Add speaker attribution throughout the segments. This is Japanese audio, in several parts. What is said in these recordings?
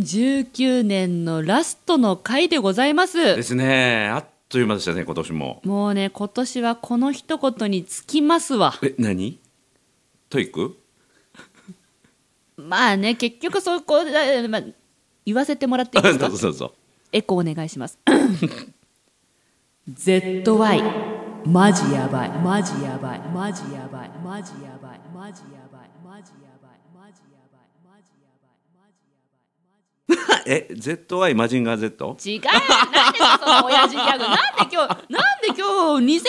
Speaker 1: 2019年のラストの回でございま。
Speaker 2: ですすね。あっという間でしたね、今年も。
Speaker 1: もうね、今年はこの一言に尽きますわ。
Speaker 2: え、何トイック
Speaker 1: まあね、結局そこで、まあ、言わせてもらっていい
Speaker 2: あ
Speaker 1: です
Speaker 2: ど
Speaker 1: か
Speaker 2: うぞどうぞ。
Speaker 1: エコーお願いします。ZY。マジやばい。マジやばい。マジやばい。マジやばい。マジやばい。マジやばい。マジやばい。マジやばい。
Speaker 2: え、ZY マジンガー Z?
Speaker 1: 違う何ですかその親父ギャグなんで今日なんで今日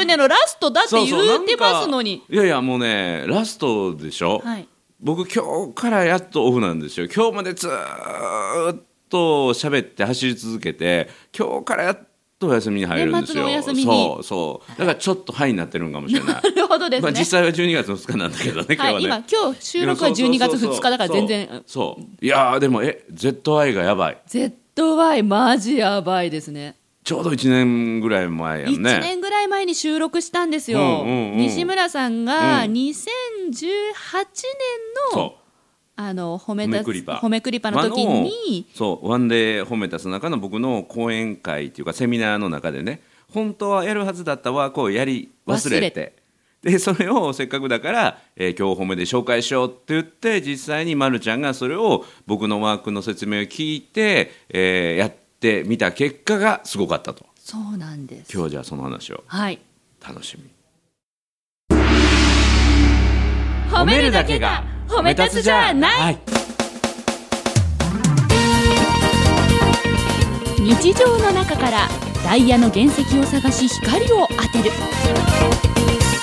Speaker 1: 2019年のラストだって言ってますのに。
Speaker 2: そうそうなんかいやいや、もうね、ラストでしょ、
Speaker 1: はい
Speaker 2: 僕、今日からやっとオフなんですよ。今日までずーっと喋って走り続けて、今日からやっとお休みに入るんですよ。
Speaker 1: 年末のお休みに
Speaker 2: そうそう。だからちょっとハイになってるんかもしれな
Speaker 1: な
Speaker 2: い。
Speaker 1: るほど です
Speaker 2: まあ
Speaker 1: ね。
Speaker 2: 実際は12月の2日なんだけどね、
Speaker 1: は
Speaker 2: 今日は
Speaker 1: い、
Speaker 2: ね。
Speaker 1: 今今日収録は12月2日だから全然
Speaker 2: そうそうそうそういやーでもえ ZI がやばい
Speaker 1: ZY マジやばいですね
Speaker 2: ちょうど1年ぐらい前やん
Speaker 1: 1
Speaker 2: ね
Speaker 1: 年ぐらい前に収録したんですよ、
Speaker 2: うんうんうん
Speaker 1: 西村さんが
Speaker 2: う
Speaker 1: 2018
Speaker 2: ん
Speaker 1: 年の、
Speaker 2: そう
Speaker 1: あの褒め
Speaker 2: 褒
Speaker 1: た
Speaker 2: めクリパ
Speaker 1: 褒めクリパの時に
Speaker 2: あのそうワンデー褒めたす中の僕の講演会っていうかセミナーの中でね本当はやるはずだったワークをやり忘れ
Speaker 1: 忘れ
Speaker 2: てでそれをせっかくだから、えー今日褒めで紹介しようって言って実際にまるちゃんがそれを僕のワークの説明を聞いて、えーやってみた結果がすごかったと
Speaker 1: そうなんです
Speaker 2: 今日じゃあその話を
Speaker 1: はい
Speaker 2: 楽しみ
Speaker 1: 褒めるだけが褒め立つじゃない、
Speaker 2: はい
Speaker 1: 日常の中からダイヤの原石を探し光を当てる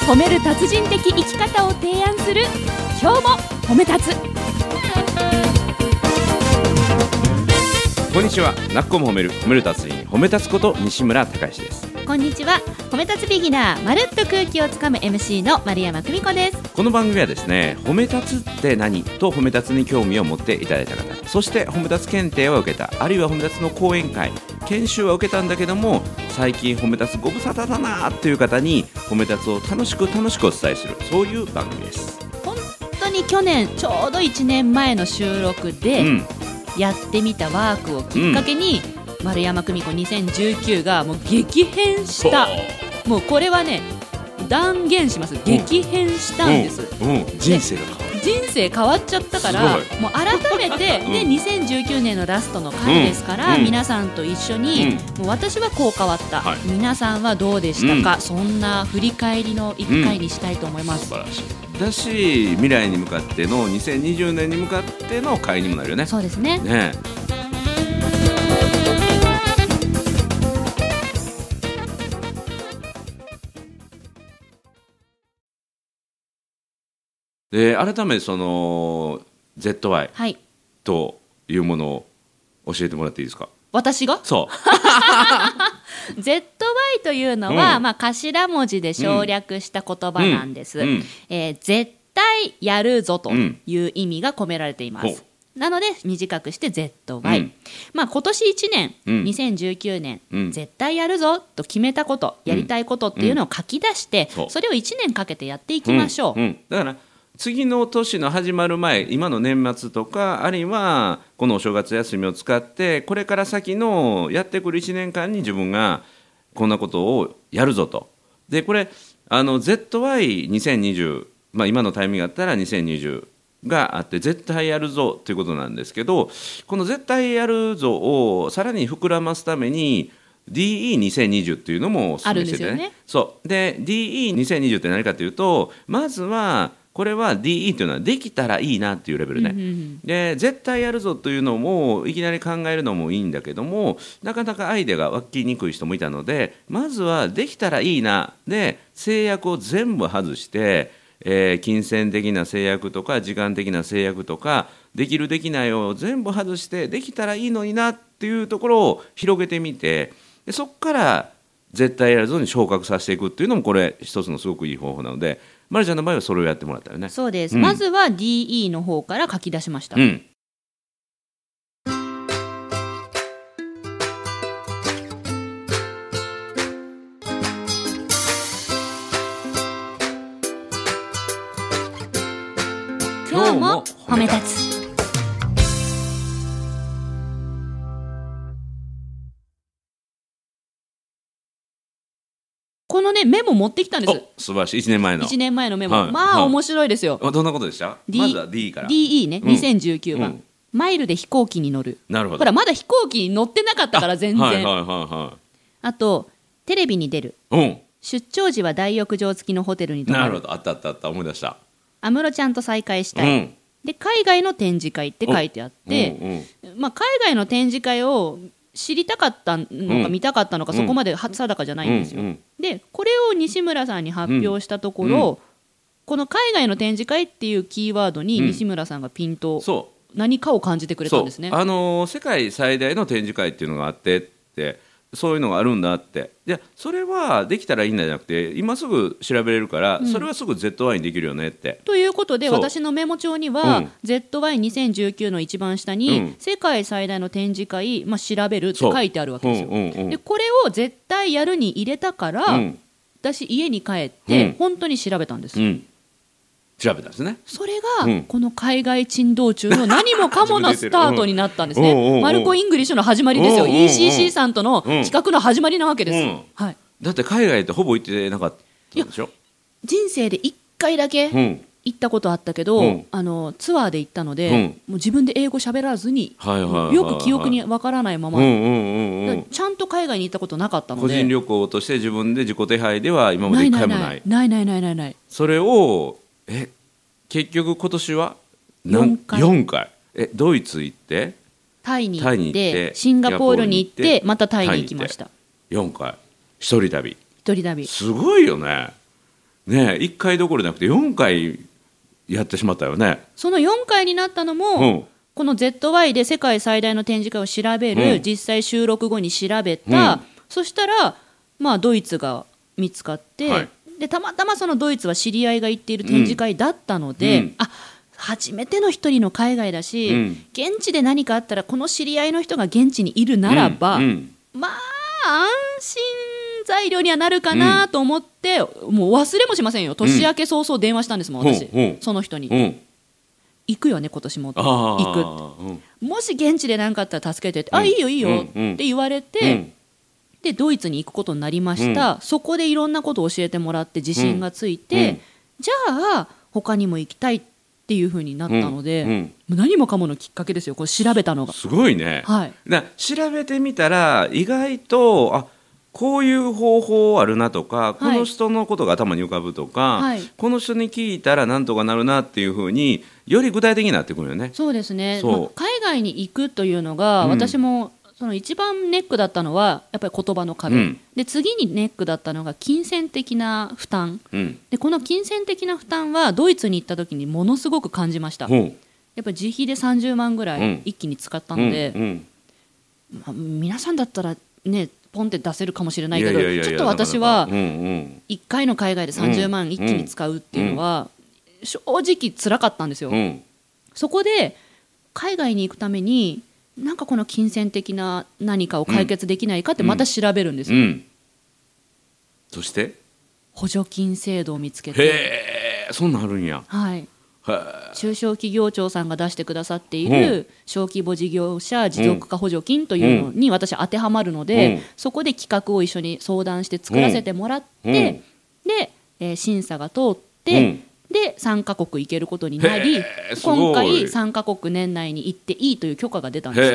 Speaker 1: 褒める達人的生き方を提案する今日も褒め立つ
Speaker 2: こんにちはなっこも褒める褒める達人褒め立つこと西村隆史です
Speaker 1: こんにちは褒め立つビギナーまるっと空気をつかむ MC の丸山久美子です
Speaker 2: この番組はですね褒め立つって何と褒め立つに興味を持っていただいた方そして褒め立つ検定は受けたあるいは褒め立つの講演会研修は受けたんだけども最近褒め立つご無沙汰だなーっていう方に褒め立つを楽しく楽しくお伝えするそういう番組です
Speaker 1: 本当に去年ちょうど1年前の収録
Speaker 2: う
Speaker 1: で
Speaker 2: ん
Speaker 1: やってみたワークをきっかけに、丸山久美子2019がもう激変したもうこれはね断言します激変したんです、
Speaker 2: うん、うん人生が変わる
Speaker 1: 人生変わっちゃったから
Speaker 2: す
Speaker 1: もう改めて、
Speaker 2: うん
Speaker 1: ね、2019年のラストの回ですから、
Speaker 2: うん
Speaker 1: 皆さんと一緒に、もう私はこう変わった、
Speaker 2: はい
Speaker 1: 皆さんはどうでしたか、そんな振り返りの1回にしたいと思います、
Speaker 2: 素晴らしいだし未来に向かっての2020年に向かっての会にもなるよね
Speaker 1: そうですね
Speaker 2: ねえで改めてその ZY
Speaker 1: はい
Speaker 2: というものを教えてもらっていいですか
Speaker 1: 私が
Speaker 2: そう
Speaker 1: ZY というのは、
Speaker 2: うん
Speaker 1: まあ、頭文字で省略した言葉なんです、
Speaker 2: うんうん
Speaker 1: えー絶対やるぞと
Speaker 2: うん
Speaker 1: いう意味が込められていま
Speaker 2: ほ
Speaker 1: す、なので短くして ZY、
Speaker 2: うん
Speaker 1: まあ、今年1年、
Speaker 2: うん
Speaker 1: 2019年、
Speaker 2: うん
Speaker 1: 絶対やるぞと決めたことやりたいことっていうのを書き出して、
Speaker 2: そう
Speaker 1: それを1年かけてやっていきましょう、
Speaker 2: んんだから次の年の始まる前今の年末とかあるいはこのお正月休みを使ってこれから先のやってくる1年間に自分がこんなことをやるぞとでこれあの ZY2020、まあ、今のタイミングがあったら2020があって絶対やるぞということなんですけどこの絶対やるぞをさらに膨らますために DE2020 っていうのもおすすめしてて
Speaker 1: あるんですよね
Speaker 2: そうで DE2020 って何かというとまずはこれは DE というのはできたらいいなっていうレベルね、
Speaker 1: うんうんうん
Speaker 2: で絶対やるぞというのもいきなり考えるのもいいんだけどもなかなかアイデアが湧きにくい人もいたのでまずはできたらいいなで制約を全部外して、えー金銭的な制約とか時間的な制約とかできるできないを全部外してできたらいいのになっていうところを広げてみてでそこから絶対やるぞに昇格させていくっていうのもこれ一つのすごくいい方法なので、ま、るちゃんの場合はそれをやってもらったよね。
Speaker 1: そうです、
Speaker 2: うん
Speaker 1: まずは DE の方から書き出しました、
Speaker 2: うん
Speaker 1: 今日も褒め立つこのねメモ持ってきたんです
Speaker 2: お素晴らしい1年前の
Speaker 1: 1年前のメモ、
Speaker 2: はい
Speaker 1: まあ、
Speaker 2: はい
Speaker 1: 面白いですよ、
Speaker 2: あどんなことでした、まずは D から
Speaker 1: DE ね
Speaker 2: うん
Speaker 1: 2019番、
Speaker 2: うん
Speaker 1: マイルで飛行機に乗る
Speaker 2: なるほ
Speaker 1: ほ
Speaker 2: ど
Speaker 1: らまだ飛行機に乗ってなかったから全然あ,、
Speaker 2: はいはいは
Speaker 1: とテレビに出る
Speaker 2: いはい
Speaker 1: 出張時は大浴場付きのホテルに
Speaker 2: うん
Speaker 1: 泊
Speaker 2: な
Speaker 1: ま
Speaker 2: るほ
Speaker 1: る
Speaker 2: どあったあったあった思い出した
Speaker 1: 安室ちゃんと再会し
Speaker 2: う
Speaker 1: たい、
Speaker 2: ん
Speaker 1: で海外の展示会って書いてあって、
Speaker 2: うんうん
Speaker 1: まあ、海外の展示会を知りたかったのか、
Speaker 2: うん
Speaker 1: 見たかったのか、
Speaker 2: うん
Speaker 1: そこまでは定かじゃないんですよ。
Speaker 2: うんうん
Speaker 1: でこれを西村さんに発表したところ、この海外の展示会っていうキーワードに
Speaker 2: うん
Speaker 1: 西村さんがピンと
Speaker 2: そう
Speaker 1: 何かを感じてくれたんですね。
Speaker 2: そうあのー世界最大の展示会っていうのがあってってそういうのがあるんだってでそれはできたらいいんだじゃなくて今すぐ調べれるから、それはすぐ ZY にできるよねって
Speaker 1: ということで
Speaker 2: そう
Speaker 1: 私のメモ帳には、
Speaker 2: うん
Speaker 1: ZY2019 の一番下
Speaker 2: う
Speaker 1: に
Speaker 2: ん
Speaker 1: 「世界最大の展示会、まあ、調べる」って
Speaker 2: そう
Speaker 1: 書いてあるわけですよ。
Speaker 2: うんうんうん
Speaker 1: でこれを絶対やるに入れたから、
Speaker 2: うん
Speaker 1: 私家に帰って、
Speaker 2: うん
Speaker 1: 本当に調べたんです。
Speaker 2: うん調べたんですね
Speaker 1: それが
Speaker 2: うん
Speaker 1: この海外珍道中の何もかものスタートになったんです
Speaker 2: うんおうおうお
Speaker 1: ね。
Speaker 2: う
Speaker 1: マルコ・イングリッシュの始まりですよ。
Speaker 2: おうおうおう
Speaker 1: ECC さんとの企画の始まりなわけです。
Speaker 2: うん
Speaker 1: はい、
Speaker 2: だって海外ってほぼ行ってなかったでしょ
Speaker 1: 人生で1回だけ
Speaker 2: うん
Speaker 1: 行ったことあったけど、
Speaker 2: うん
Speaker 1: あのツアーで行ったので、
Speaker 2: うん
Speaker 1: もう自分で英語喋らずに、
Speaker 2: はいはいはいはい
Speaker 1: よく記憶にわからないまま、
Speaker 2: うんうんうんう
Speaker 1: だから
Speaker 2: ん
Speaker 1: ちゃんと海外に行ったことなかったの
Speaker 2: 個
Speaker 1: で。
Speaker 2: 人旅行として自分で自己手配では今ま
Speaker 1: な
Speaker 2: で
Speaker 1: い
Speaker 2: 一
Speaker 1: な
Speaker 2: 回
Speaker 1: い
Speaker 2: もない
Speaker 1: ないないないないないない
Speaker 2: それをえ結局今年はなん
Speaker 1: 四回
Speaker 2: 四回えドイツ行って
Speaker 1: タイに行
Speaker 2: タ
Speaker 1: っ
Speaker 2: イ
Speaker 1: て
Speaker 2: に行って
Speaker 1: シンガポールに行って
Speaker 2: シンガポールに行って
Speaker 1: またタイに行きました
Speaker 2: 4回一人旅
Speaker 1: 一人旅
Speaker 2: すごいよねねえ1回どころじゃなくて4回やってしまったよね
Speaker 1: その4回になったのも、
Speaker 2: うん
Speaker 1: この ZY で世界最大の展示会を調べる、
Speaker 2: うん
Speaker 1: 実際収録後に調べた、
Speaker 2: うん
Speaker 1: そしたら、まあ、ドイツが見つかって、
Speaker 2: はい
Speaker 1: でたまたまそのドイツは知り合いが行っている展示会だったので、
Speaker 2: うん
Speaker 1: あ初めての一人の海外だし、
Speaker 2: うん
Speaker 1: 現地で何かあったらこの知り合いの人が現地にいるならば、
Speaker 2: うんうん
Speaker 1: まあ安心材料にはなるかなと思って、もう忘れもしませんよ年明け早々電話したんですもん、
Speaker 2: うん
Speaker 1: 私、
Speaker 2: ほうほう
Speaker 1: その人に、
Speaker 2: うん
Speaker 1: 行くよね今年も
Speaker 2: ああ
Speaker 1: 行くもし現地で何かあったら助けてって、あ
Speaker 2: うん
Speaker 1: いいよいいよって
Speaker 2: うんうん
Speaker 1: 言われて、
Speaker 2: うん
Speaker 1: でドイツに行くことになりました、そこでいろんなことを教えてもらって自信がついて、
Speaker 2: うん
Speaker 1: じゃあ他にも行きたいっていうふうになったので、
Speaker 2: うんうん
Speaker 1: もう何もかものきっかけですよこれ調べたのが。
Speaker 2: すごいね、
Speaker 1: はい
Speaker 2: だから調べてみたら意外とあこういう方法あるなとか、この人のことが頭に浮かぶとか、
Speaker 1: はい
Speaker 2: この人に聞いたらなんとかなるなっていうふうにより具体的になってくるよね。
Speaker 1: そうですね、
Speaker 2: そう
Speaker 1: まあ海外に行くというのが、
Speaker 2: うん
Speaker 1: 私もその一番ネックだったのはやっぱり言葉の壁、
Speaker 2: うん
Speaker 1: で次にネックだったのが金銭的な負担
Speaker 2: うん、
Speaker 1: でこの金銭的な負担はドイツに行った時にものすごく感じましたやっ
Speaker 2: ほ
Speaker 1: ぱり自費で30万ぐら
Speaker 2: う
Speaker 1: い
Speaker 2: ん
Speaker 1: 一気に使った
Speaker 2: う
Speaker 1: ので、
Speaker 2: うんうん
Speaker 1: まあ皆さんだったらねポンって出せるかもしれないけど
Speaker 2: やややや
Speaker 1: ちょっと私
Speaker 2: な
Speaker 1: は
Speaker 2: かなかうんうん
Speaker 1: 1回の海外で30万一気に使うっていうのは正直辛かったんですよ。
Speaker 2: うん
Speaker 1: そこで海外に行くためになんかこの金銭的な何かを解決できないかってまた調べるんです、
Speaker 2: うん、そして
Speaker 1: 補助金制度を見つけて、
Speaker 2: へえそんなんあるんや
Speaker 1: はい、
Speaker 2: へー
Speaker 1: 中小企業庁さんが出してくださっていうる小規模事業者持続化補助金というのに私当てはまるので、
Speaker 2: うん
Speaker 1: そこで企画を一緒に相談して作らせてもらって、
Speaker 2: うんうん
Speaker 1: で、えー審査が通って、
Speaker 2: うん
Speaker 1: で3カ国行けることになり
Speaker 2: へーすごい
Speaker 1: 今回3カ国年内に行っていいという許可が出たんです
Speaker 2: へ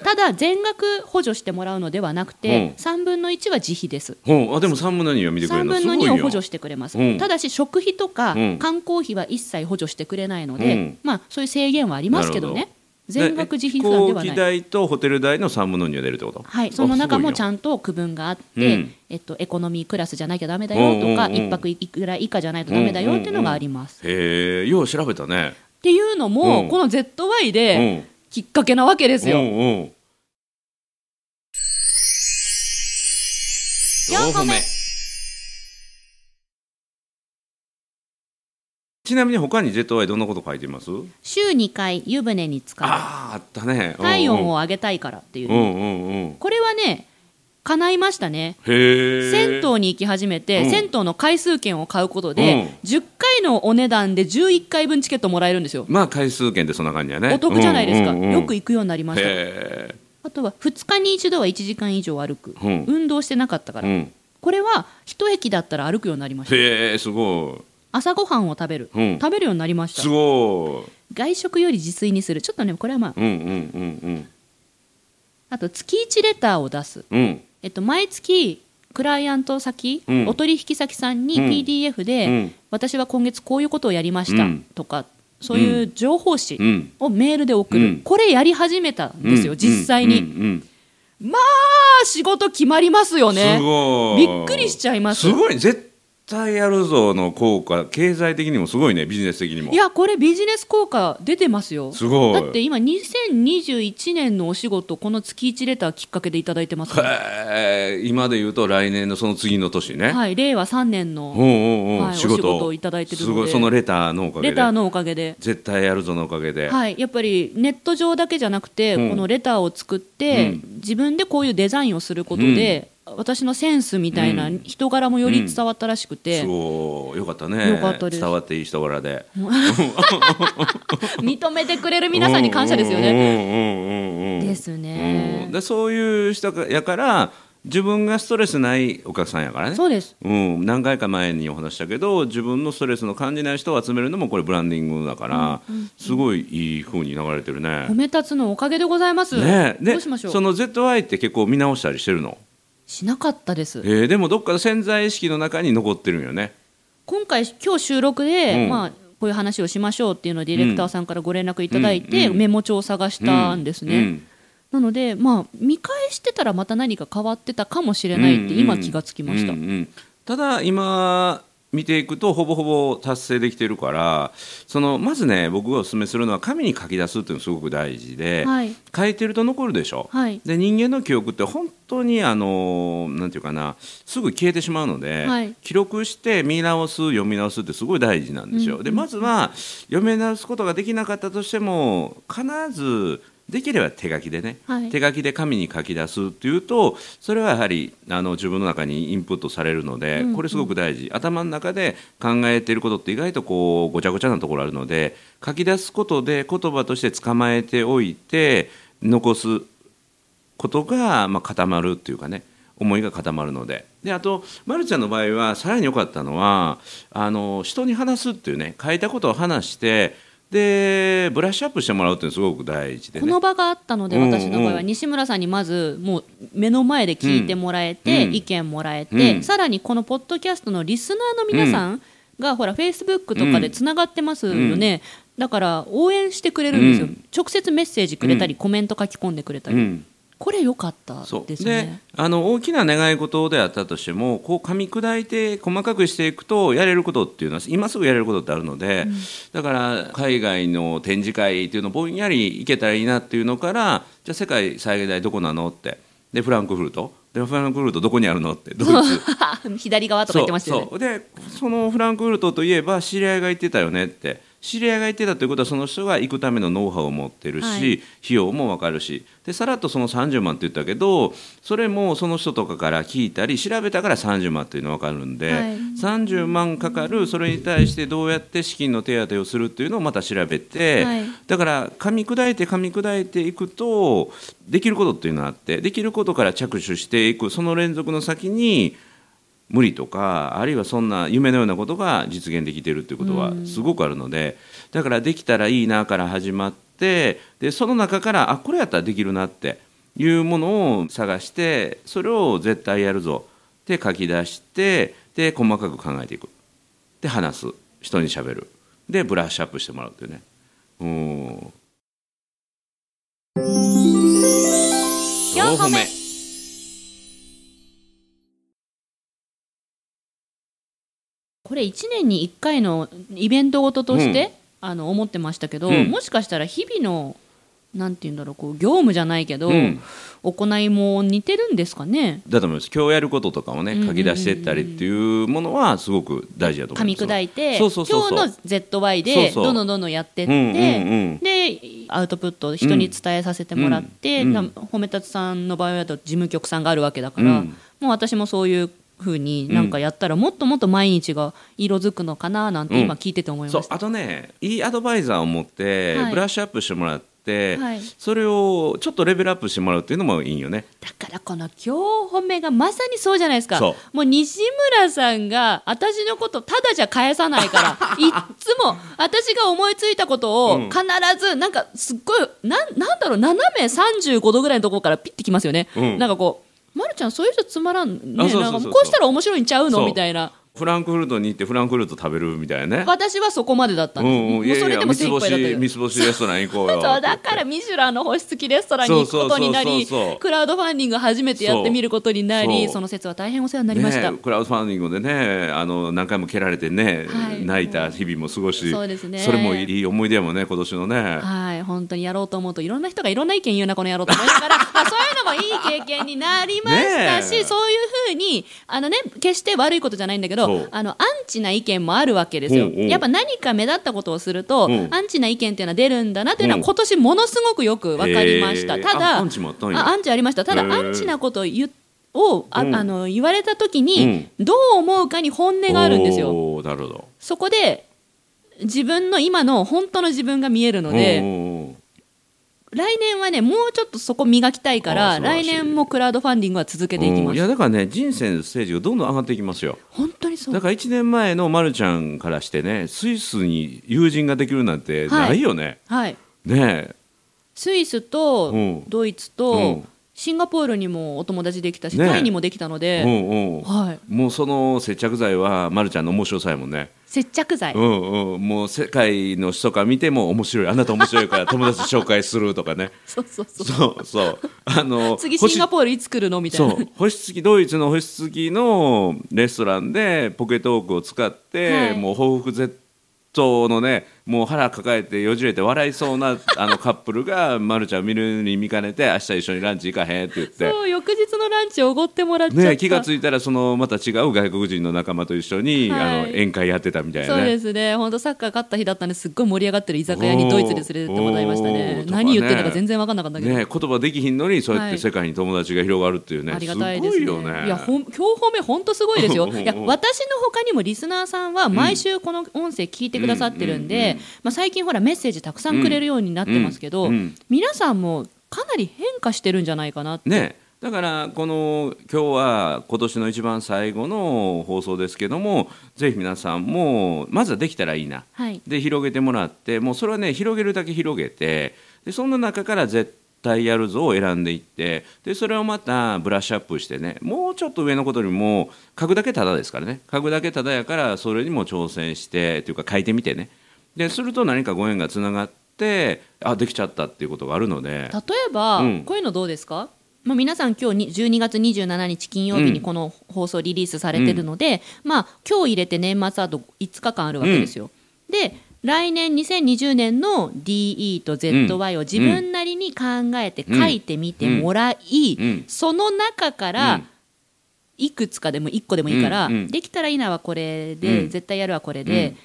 Speaker 2: え
Speaker 1: ただ全額補助してもらうのではなくて、
Speaker 2: うん
Speaker 1: 3分の1は自費です
Speaker 2: ほうあでも3分の2は見てくれる
Speaker 1: 3
Speaker 2: の
Speaker 1: 分の
Speaker 2: すご
Speaker 1: 2
Speaker 2: いよ
Speaker 1: を補助してくれます、
Speaker 2: うん
Speaker 1: ただし食費とか
Speaker 2: うん
Speaker 1: 観光費は一切補助してくれないので、
Speaker 2: うん
Speaker 1: まあ、そういう制限はありますけど
Speaker 2: なる
Speaker 1: ね全額自費負担では
Speaker 2: 飛行
Speaker 1: な
Speaker 2: 機
Speaker 1: い、
Speaker 2: 代とホテル代の3分の2が出るってこと
Speaker 1: はい、その中もち
Speaker 2: ん
Speaker 1: ゃんと区分があって、
Speaker 2: うん
Speaker 1: えっと、エコノミークラスじゃなきゃだめだよとか、
Speaker 2: うんうんうん
Speaker 1: 一泊いくら以下じゃないとだめだよっていうのがあります。
Speaker 2: へえよう調べたね
Speaker 1: っていうのも、
Speaker 2: うん
Speaker 1: この ZY できっかけなわけです
Speaker 2: うんう
Speaker 1: よ。
Speaker 2: んうん
Speaker 1: 四個目
Speaker 2: ちなみに他に ZY どんなこと書いています
Speaker 1: 週2回湯船に浸か
Speaker 2: あああったね
Speaker 1: る体温を上げたいからっていう
Speaker 2: う
Speaker 1: の
Speaker 2: んうんうん
Speaker 1: これはね叶いましたね
Speaker 2: へえ
Speaker 1: 銭湯に行き始めて、
Speaker 2: うん
Speaker 1: 銭湯の回数券を買うことで、10回のお値段で11回分チケットもらえるんですよ、
Speaker 2: まあ回数券ってそんな感じやね
Speaker 1: お得じゃないですか、
Speaker 2: うんうんうん
Speaker 1: よく行くようになりました
Speaker 2: へえ
Speaker 1: あとは2日に1度は1時間以上歩く、
Speaker 2: うん
Speaker 1: 運動してなかったから、
Speaker 2: うん
Speaker 1: これは一駅だったら歩くようになりました
Speaker 2: へえすご
Speaker 1: 朝ごはんを食べる、
Speaker 2: うん
Speaker 1: 食べるようになりま
Speaker 2: い
Speaker 1: し
Speaker 2: す
Speaker 1: た
Speaker 2: ご
Speaker 1: 外食より自炊にするちょっとねこれはまあ
Speaker 2: いうんうんうん
Speaker 1: あと月1レターを出す
Speaker 2: うんうん
Speaker 1: えっと、毎月クライアント先、
Speaker 2: うん
Speaker 1: お取引先さんに
Speaker 2: うん
Speaker 1: PDF で、
Speaker 2: うん
Speaker 1: 私は今月こういうことをやりました
Speaker 2: うん
Speaker 1: とか、そういう情報誌
Speaker 2: うん
Speaker 1: をメールで送
Speaker 2: う
Speaker 1: る、
Speaker 2: ん
Speaker 1: これやり始めたん
Speaker 2: うん
Speaker 1: ですよ、実際に、
Speaker 2: うんうん
Speaker 1: まあ仕事決まりますよ
Speaker 2: うん
Speaker 1: ね
Speaker 2: すごい
Speaker 1: びっくりしちゃいます
Speaker 2: すごい絶対やるぞの効果経済的にもすごいねビジネス的にも
Speaker 1: いやこれビジネス効果出てますよ
Speaker 2: すごい
Speaker 1: だって今2021年のお仕事この月1レターきっかけでいただいてますから
Speaker 2: へえ今で言うと来年のその次の年ね、
Speaker 1: はい令和3年
Speaker 2: おう
Speaker 1: の
Speaker 2: おうおう
Speaker 1: はい
Speaker 2: 仕事
Speaker 1: お仕事をいただいてるのです
Speaker 2: ごいそのレターのおかげで
Speaker 1: レターのおかげで
Speaker 2: 絶対やるぞのおかげで、
Speaker 1: はい、やっぱりネット上だけじゃなくて、
Speaker 2: うん
Speaker 1: このレターを作って、
Speaker 2: うん
Speaker 1: 自分でこういうデザインをすることで、私のセンスみたいな
Speaker 2: うん
Speaker 1: 人柄もより伝わったらしくて、
Speaker 2: すごいよかったね
Speaker 1: よかったです
Speaker 2: 伝わっていい人柄で
Speaker 1: 認めてくれる皆さんに感謝ですよね。
Speaker 2: ね
Speaker 1: ですね、
Speaker 2: でそういう人やから自分がストレスないお客さんやからね
Speaker 1: そうです
Speaker 2: うん、何回か前にお話ししたけど自分のストレスの感じない人を集めるのもこれブランディングだから、すごいいい風に流れてるね
Speaker 1: 褒。め立つのおかげでございます、
Speaker 2: ねえ
Speaker 1: ど
Speaker 2: で
Speaker 1: うしましょ
Speaker 2: そうの ZY って結構見直したりしてるの、
Speaker 1: しなかったです
Speaker 2: えーでもどっかの潜在意識の中に残ってるんよね。
Speaker 1: 今回今日収録で、
Speaker 2: うん
Speaker 1: まあこういう話をしましょうっていうのでディレクターさんからご連絡いただいて、
Speaker 2: うんうん
Speaker 1: メモ帳を探したんですね、
Speaker 2: うん
Speaker 1: なので、まあ、見返してたらまた何か変わってたかもしれないって今気がつきました、
Speaker 2: うんうんただ今見ていくとほぼほぼ達成できてるからそのまずね僕がお勧めするのは紙に書き出すっていうのすごく大事で、
Speaker 1: はい
Speaker 2: 書いてると残るでしょ、
Speaker 1: はい
Speaker 2: で人間の記憶って本当にあのなんていうかなすぐ消えてしまうので、
Speaker 1: はい
Speaker 2: 記録して見直す読み直すってすごい大事なんですよ。でまずは読み直すことができなかったとしても必ずできれば手書きでね、
Speaker 1: はい
Speaker 2: 手書きで紙に書き出すっていうとそれはやはりあの自分の中にインプットされるので、
Speaker 1: うん
Speaker 2: これすごく大事頭の中で考えていることって意外とこうごちゃごちゃなところあるので書き出すことで言葉として捕まえておいて残すことが、まあ、固まるっていうかね思いが固まるのでであと、ま、るちゃんの場合はさらに良かったのはあの人に話すっていうね書いたことを話してでブラッシュアップしてもらうっていうのすごく大事で
Speaker 1: こ
Speaker 2: ね。
Speaker 1: の場があったので、
Speaker 2: うんうん
Speaker 1: 私の場合は西村さんにまずもう目の前で聞いてもらえて、
Speaker 2: うん
Speaker 1: 意見もらえて、
Speaker 2: うん
Speaker 1: さらにこのポッドキャストのリスナーの皆さんが、ほらフェイスブックとかでつながってますよね、だから応援してくれるんですよ、
Speaker 2: うん
Speaker 1: 直接メッセージくれたり、コメント書き込んでくれたり、
Speaker 2: うん
Speaker 1: これ良かった
Speaker 2: そう
Speaker 1: ですね
Speaker 2: あの大きな願い事であったとしてもこう噛み砕いて細かくしていくとやれることっていうのは今すぐやれることってあるので、だから海外の展示会っていうのぼんやり行けたらいいなっていうのからじゃあ世界最大どこなのってでフランクフルトでフランクフルトどこにあるのってドイツ
Speaker 1: 左側とか言ってましたよね
Speaker 2: そうそうでそのフランクフルトといえば知り合いが行ってたよねって知り合いが行ってたということはその人が行くためのノウハウを持ってるし、
Speaker 1: はい
Speaker 2: 費用も分かるしでさらっとその30万って言ったけどそれもその人とかから聞いたり調べたから30万っていうの分かるんで、
Speaker 1: はい
Speaker 2: 30万かかるそれに対してどうやって資金の手当てをするっていうのをまた調べて、
Speaker 1: はい
Speaker 2: だから噛み砕いて噛み砕いていくとできることっていうのがあってできることから着手していくその連続の先に無理とかあるいはそんな夢のようなことが実現できているということはすごくあるので、だからできたらいいなから始まってでその中からあこれやったらできるなっていうものを探してそれを絶対やるぞって書き出してで細かく考えていくで話す人に喋るでブラッシュアップしてもらうっていうねうん
Speaker 1: 四歩目これ1年に1回のイベントごととして、あの思ってましたけど、
Speaker 2: うん
Speaker 1: もしかしたら日々のなんて言うんだろうこう業務じゃないけど、
Speaker 2: うん
Speaker 1: 行いも似てるんですかね
Speaker 2: だと思います今日やることとかを
Speaker 1: うんうん
Speaker 2: ね
Speaker 1: うん
Speaker 2: 書き出していったりっていうものはすごく大事だと思
Speaker 1: 噛
Speaker 2: いま
Speaker 1: み
Speaker 2: す
Speaker 1: 砕いて
Speaker 2: そうそうそうそう
Speaker 1: 今日の ZY で
Speaker 2: そうそ
Speaker 1: ど
Speaker 2: う
Speaker 1: んどんどんどんやってって、
Speaker 2: うんうんうん
Speaker 1: でアウトプットを人に伝えさせてもらって、
Speaker 2: うんうん
Speaker 1: な褒め立つさんの場合だと事務局さんがあるわけだから、
Speaker 2: うん
Speaker 1: もう私もそういうふうになんかやったらもっともっと毎日が色づくのかななんて今聞いてて思いま
Speaker 2: そう
Speaker 1: した。
Speaker 2: あとねいいアドバイザーを持って
Speaker 1: はい
Speaker 2: ブラッシュアップしてもらって、って、
Speaker 1: はい
Speaker 2: それをちょっとレベルアップしてもらうっていうのもいいよね。
Speaker 1: だからこの今日褒めがまさにそうじゃないですか
Speaker 2: そ
Speaker 1: もう西村さんが私のことただじゃ返さないから いっつも私が思いついたことを
Speaker 2: うん
Speaker 1: 必ずなんかすっごいなんなんだろう斜め35度ぐらいのところからピッてきますよね、
Speaker 2: うん
Speaker 1: なんかこう、ま、るちゃんそういう人つまらんね
Speaker 2: あそうそう
Speaker 1: なんか
Speaker 2: そう
Speaker 1: こうしたら面白いんちゃうの
Speaker 2: そう
Speaker 1: みたいな
Speaker 2: フランクフルトに行ってフランクフルト食べるみたいなね。
Speaker 1: 私はそこまでだったんです、
Speaker 2: うんうん、い
Speaker 1: もう
Speaker 2: や
Speaker 1: そ
Speaker 2: い
Speaker 1: れ
Speaker 2: や
Speaker 1: でも
Speaker 2: 三
Speaker 1: 精
Speaker 2: つ
Speaker 1: 一杯だったけ
Speaker 2: 星
Speaker 1: ど
Speaker 2: 三つ星レストラン行こう よ。
Speaker 1: そうだからミシュランの星付きレストランに行くことになり
Speaker 2: そうそうそうそうそう
Speaker 1: クラウドファンディング初めてやってみることになり
Speaker 2: そ
Speaker 1: そうの説は大変お世話になりました、
Speaker 2: ねえクラウドファンディングでねあの何回も蹴られてね、
Speaker 1: はい
Speaker 2: 泣いた日々も過ごし
Speaker 1: そうですね
Speaker 2: それもいい思い出やもんね今年のね、
Speaker 1: はい本当にやろうと思うといろんな人がいろんな意見言うなこの野郎と思いながらまあそういうのもいい経験になりましたし、
Speaker 2: ねえ
Speaker 1: そういうふうにあの、ね、決して悪いことじゃないんだけど
Speaker 2: そう
Speaker 1: あのアンチな意見もあるわけですよ
Speaker 2: おうおう
Speaker 1: やっぱ何か目立ったことをすると
Speaker 2: うん
Speaker 1: アンチな意見っていうのは出るんだなというの
Speaker 2: う
Speaker 1: は
Speaker 2: ん
Speaker 1: 今年ものすごくよく分かりました
Speaker 2: へえ
Speaker 1: ただ
Speaker 2: あアンチもあったんや
Speaker 1: あアンチありましたただ
Speaker 2: へえ
Speaker 1: アンチなことを言っをあ
Speaker 2: うん
Speaker 1: あの言われた時に、どう思うかに本音があるんですよ。
Speaker 2: おーなるほど
Speaker 1: そこで自分の今の本当の自分が見えるので、
Speaker 2: おー
Speaker 1: 来年はねもうちょっとそこ磨きたいか
Speaker 2: あ
Speaker 1: ら
Speaker 2: ー素晴ら
Speaker 1: 来
Speaker 2: しい
Speaker 1: 年もクラウドファンディングは続けていき
Speaker 2: うん
Speaker 1: ま
Speaker 2: い
Speaker 1: す
Speaker 2: やだからね人生のステージがどんどん上がっていきますよ
Speaker 1: 本当にそう
Speaker 2: だから1年前のまるちゃんからしてねスイスに友人ができるなんて
Speaker 1: はい
Speaker 2: ないよね、
Speaker 1: はい
Speaker 2: ね
Speaker 1: スイス
Speaker 2: う
Speaker 1: と
Speaker 2: ん
Speaker 1: ドイツ
Speaker 2: う
Speaker 1: と
Speaker 2: ん
Speaker 1: シンガポールにもお友達できたし、
Speaker 2: ね
Speaker 1: タイにもできたの
Speaker 2: え、
Speaker 1: で、
Speaker 2: うんうん
Speaker 1: はい、
Speaker 2: もうその接着剤はまるちゃんの面白さやもんね
Speaker 1: 接着剤、
Speaker 2: うんうん、もう世界の人から見ても面白いあなた面白いから友達紹介するとかね
Speaker 1: そう そうそう
Speaker 2: そうそうあの
Speaker 1: 次シンガ
Speaker 2: ー
Speaker 1: ポールいつ来るのみたい
Speaker 2: そ
Speaker 1: な
Speaker 2: う星付きドイツの星付きのレストランでポケトークを使って、
Speaker 1: はい
Speaker 2: もう報復絶倒のねもう腹抱えてよじれて笑いそ うなあのカップルが、ま、るちゃんを見るに見かねて明日一緒にランチ行かへんって言って。
Speaker 1: そう翌日のランチおごってもらっちゃった、
Speaker 2: ね、気がついたらそのまた違う外国人の仲間と一緒に、
Speaker 1: はい
Speaker 2: あの宴会やってたみたいな
Speaker 1: そう
Speaker 2: ね
Speaker 1: ですね本当サッカー勝った日だったんですっごい盛り上がってる居酒屋にドイツで連れてってもらいました
Speaker 2: おーお
Speaker 1: ね
Speaker 2: ーとかね
Speaker 1: 何言ってるか全然分かんなかったけど、
Speaker 2: ね、言葉できひんのにそうやって世界に友達が広がるっていうね、
Speaker 1: あり
Speaker 2: す
Speaker 1: が
Speaker 2: ご
Speaker 1: たいですね。
Speaker 2: いよね。
Speaker 1: や、ほん、今日褒め本当すごい ですよ。
Speaker 2: うんうんうん
Speaker 1: いや、私の他にもリスナーさんは毎週この音声聞いてくださってるん
Speaker 2: うんうんう
Speaker 1: で、まあ最近ほらメッセージたくさんくれるようになってますけど
Speaker 2: うんうんうん、
Speaker 1: 皆さんもかなり変化してるんじゃないかなって。
Speaker 2: ねだからこの今日は今年の一番最後の放送ですけどもぜひ皆さんもまずはできたらいいな
Speaker 1: はい。
Speaker 2: で広げてもらってもうそれはね広げるだけ広げてでそんな中から絶対やるぞを選んでいってでそれをまたブラッシュアップしてねもうちょっと上のことにも書くだけタダですからね書くだけタダやからそれにも挑戦してというか書いてみてねですると何かご縁がつながってあできちゃったっていうことがあるので
Speaker 1: 例えば
Speaker 2: うん、
Speaker 1: こういうのどうですか。まあ、皆さん今日に12月27日金曜日
Speaker 2: う
Speaker 1: に
Speaker 2: ん
Speaker 1: この放送リリースされてるので、まあ今日入れて年末あと5日間あるわけですよ。で来年2020年の DE と ZY を自分なりに考えて書いてみてもらい、
Speaker 2: うんうん
Speaker 1: その中か
Speaker 2: う
Speaker 1: ら
Speaker 2: ん
Speaker 1: いくつかでも1個でもいいから、
Speaker 2: うんうん
Speaker 1: できたらいいなはこれ
Speaker 2: う
Speaker 1: で、
Speaker 2: ん
Speaker 1: 絶対やるはこれ
Speaker 2: う
Speaker 1: で、
Speaker 2: ん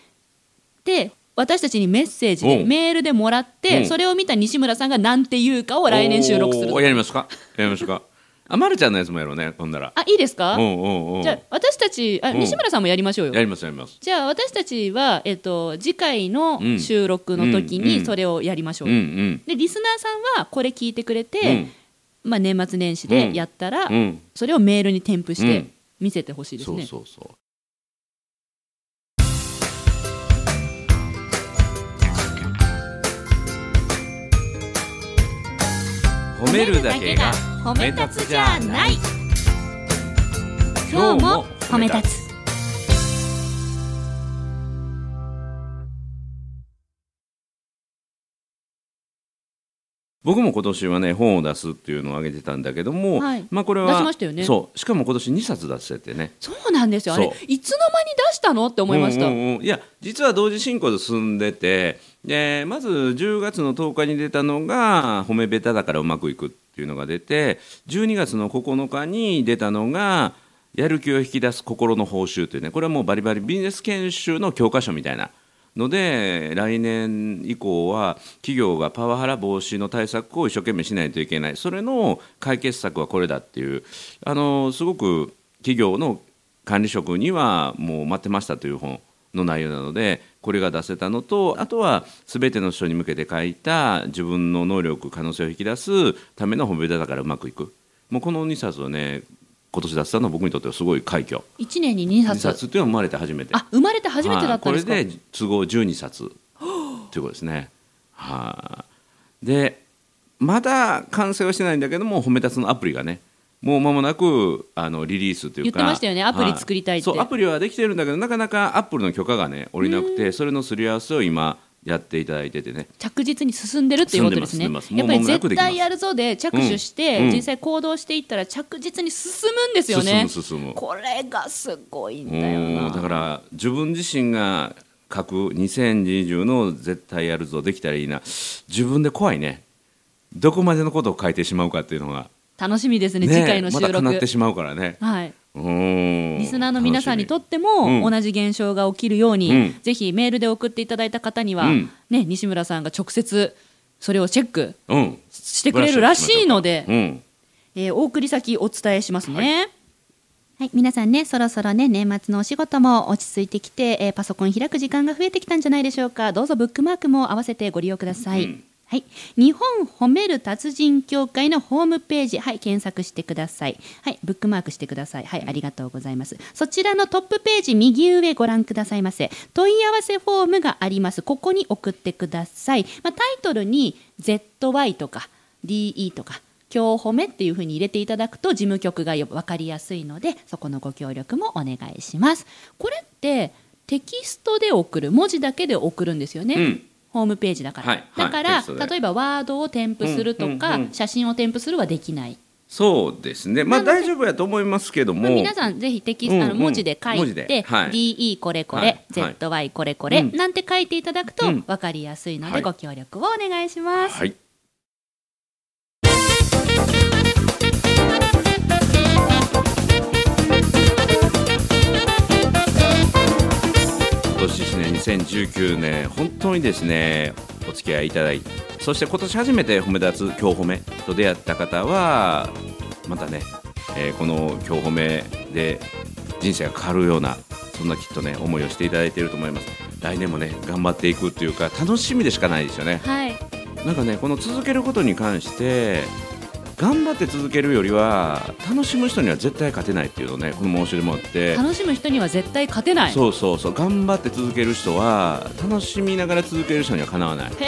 Speaker 1: で私たちにメッセージ
Speaker 2: お
Speaker 1: で
Speaker 2: う
Speaker 1: メールでもらっ
Speaker 2: う
Speaker 1: て
Speaker 2: ん
Speaker 1: それを見た西村さんがなんて言うかを来年収録する
Speaker 2: おーやりますかやりますかあまるちゃんのやつもやろうねこんなら
Speaker 1: あいいですか
Speaker 2: うんうんうん
Speaker 1: じゃあ私たちあ
Speaker 2: うん
Speaker 1: 西村さんもやりましょうよ
Speaker 2: やりますやります
Speaker 1: じゃあ私たちは、えっと、次回の
Speaker 2: うん
Speaker 1: 収録の時
Speaker 2: うん
Speaker 1: にそれをやりましょ
Speaker 2: う
Speaker 1: う、
Speaker 2: んうん
Speaker 1: でリスナーさんはこれ聞いてくれて、
Speaker 2: うん
Speaker 1: まあ、年末年始でやったら、
Speaker 2: うん
Speaker 1: それをメールに添付し
Speaker 2: う
Speaker 1: て
Speaker 2: ん
Speaker 1: 見せてほしいです
Speaker 2: そ
Speaker 1: ね、
Speaker 2: うそうそう褒めるだけが
Speaker 1: 褒
Speaker 2: め立つじゃない
Speaker 1: 今日も褒め立つ
Speaker 2: 僕も今年はね本を出すっていうのを挙げてたんだけども、
Speaker 1: はい
Speaker 2: まあこれは
Speaker 1: 出しましたよね
Speaker 2: そうしかも今年2冊出せてね
Speaker 1: そうなんですよあれい
Speaker 2: そう
Speaker 1: つの間に出したのって思いました、
Speaker 2: うんうんうんいや実は同時進行で進んでてでまず10月の10日に出たのが「褒めベタだからうまくいく」っていうのが出て12月の9日に出たのが「やる気を引き出す心の報酬」というねこれはもうバリバリビジネス研修の教科書みたいな。ので来年以降は企業がパワハラ防止の対策を一生懸命しないといけないそれの解決策はこれだっていうあのすごく企業の管理職にはもう待ってましたという本の内容なのでこれが出せたのとあとは全ての人に向けて書いた自分の能力可能性を引き出すための本部だからうまくいくもうこの2冊をね今年出せたのは僕にとってはすごい快挙
Speaker 1: 一年に二
Speaker 2: 2
Speaker 1: 冊
Speaker 2: 冊っていうのは生まれて初めて
Speaker 1: あ生まれて初めてだったんですか、
Speaker 2: はいこれで都合12冊 ということですね。はいでまだ完成はしてないんだけども褒め立つのアプリがねもう間もなくあのリリースというか
Speaker 1: 言ってましたよねアプリ作りたいって
Speaker 2: はそうアプリはできてるんだけどなかなかアップルの許可がね下りなくてそれのすり合わせを今やっていただいててね
Speaker 1: 着実に進んでるっていうことですね
Speaker 2: 進んでます進ん
Speaker 1: や
Speaker 2: で
Speaker 1: っ
Speaker 2: ます
Speaker 1: ぱり
Speaker 2: もう間もな
Speaker 1: 絶
Speaker 2: くできます
Speaker 1: 対やるぞで着手して、
Speaker 2: うんうん
Speaker 1: 実際行動していったら着実に進むんですよ
Speaker 2: 進
Speaker 1: ね
Speaker 2: む進む
Speaker 1: これがすごいんだよ
Speaker 2: う
Speaker 1: なん
Speaker 2: だから自分自身が書く2020の絶対やるぞできたらいいな自分で怖いねどこまでのことを書いてしまうかっていうのが、
Speaker 1: 楽しみですね次回の収
Speaker 2: まだ
Speaker 1: 録、
Speaker 2: 叶ってしまうからね
Speaker 1: はい
Speaker 2: リ
Speaker 1: リスナーの皆さんにと
Speaker 2: って
Speaker 1: っても
Speaker 2: うん
Speaker 1: 同じ現象が起きるように、
Speaker 2: うん
Speaker 1: ぜひメールで送っていただいた方には、
Speaker 2: うん
Speaker 1: ね、西村さんが直接それをチェック
Speaker 2: うん、
Speaker 1: してくれるらしいので、
Speaker 2: うん、
Speaker 1: えーお送り先お伝えしますね。はい皆さんね、そろそろね、年末のお仕事も落ち着いてきて、えーパソコン開く時間が増えてきたんじゃないでしょうか。どうぞブックマークも合わせてご利用ください。はい。日本褒める達人協会のホームページ、はい、検索してください。はい、ブックマークしてください。はい、ありがとうございます。そちらのトップページ、右上ご覧くださいませ。問い合わせフォームがあります。ここに送ってください。まあ、タイトルに ZY とか DE とか、今日褒めっていうふうに入れていただくと事務局がよ分かりやすいのでそこのご協力もお願いしますこれってテキストで送る文字だけで送るんですよね、
Speaker 2: うん
Speaker 1: ホームページだから、
Speaker 2: はいはい
Speaker 1: だか
Speaker 2: テ
Speaker 1: ら
Speaker 2: キストで
Speaker 1: 例えばワードを添付するとか、
Speaker 2: うんうんうん
Speaker 1: 写真を添付するはできない、
Speaker 2: そうですねまあ
Speaker 1: なので
Speaker 2: 大丈夫やと思いますけども、
Speaker 1: まあ、皆さんぜひテキスト、あ
Speaker 2: うん
Speaker 1: の
Speaker 2: うん
Speaker 1: 文字で書
Speaker 2: 文
Speaker 1: い
Speaker 2: 字
Speaker 1: て
Speaker 2: ではい
Speaker 1: DE これこ
Speaker 2: は
Speaker 1: れ
Speaker 2: い、はい
Speaker 1: ZY これこれ、
Speaker 2: うん
Speaker 1: なんて書いていただくと
Speaker 2: うん
Speaker 1: 分かりやすいので、
Speaker 2: はい
Speaker 1: ご協力をお願いします、
Speaker 2: はい今年ですね2019年本当にですねお付き合いいただいてそして今年初めて褒め立つ今日褒めと出会った方はまたね、えーこの今日褒めで人生が変わるようなそんなきっとね思いをしていただいていると思います来年もね頑張っていくというか楽しみでしかないですよね
Speaker 1: はい
Speaker 2: なんかねこの続けることに関して頑張って続けるよりは楽しむ人には絶対勝てないっていうのをねこの申し出もあって
Speaker 1: 楽しむ人には絶対勝てない
Speaker 2: そうそうそう頑張って続ける人は楽しみながら続ける人にはかなわない
Speaker 1: へ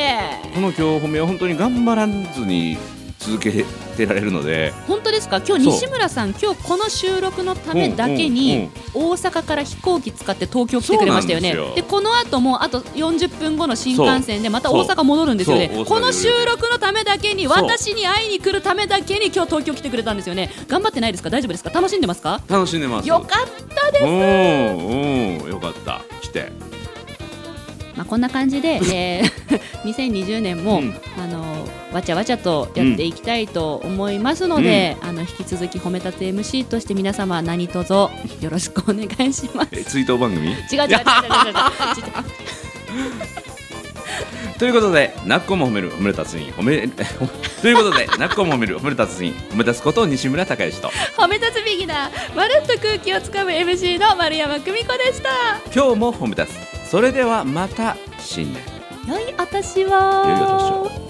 Speaker 1: え
Speaker 2: この今日褒めは本当に頑張らずに続けてられるので
Speaker 1: 本当ですか今日
Speaker 2: そう
Speaker 1: 西村さん今日この収録のためだけに大阪から飛行機使って東京来てくれましたよね
Speaker 2: そうなん
Speaker 1: で
Speaker 2: ですよ
Speaker 1: この後もあと40分後の新幹線でまた大阪戻るんですよね
Speaker 2: そうそう
Speaker 1: この
Speaker 2: 大阪
Speaker 1: 収
Speaker 2: に寄る
Speaker 1: 録のためだけに
Speaker 2: そう
Speaker 1: 私に会いに来るためだけに今日東京来てくれたんですよね頑張ってないですか大丈夫ですか楽しんでますか
Speaker 2: 楽しんでます
Speaker 1: よかったです、
Speaker 2: うんうんよかった来て
Speaker 1: まあ、こんな感じ で、 えー2020年も、
Speaker 2: うん
Speaker 1: あのわちゃわちゃとやっていきたいと思いますので、あの引き続き褒め立て MC として皆様何卒よろしくお願いし ます。
Speaker 2: え追悼番組
Speaker 1: 違う違う違う違う違う違う
Speaker 2: ということで、なっこも褒める褒め立つに褒め ということで、なっこも褒める褒め立つに褒め立つこと西村孝之と
Speaker 1: 褒め立つビギナーまるっと空気をつかむ MC の丸山久美子でした
Speaker 2: 今日も褒め立つ。それではまた新年。
Speaker 1: 良いお年を
Speaker 2: 良いお年を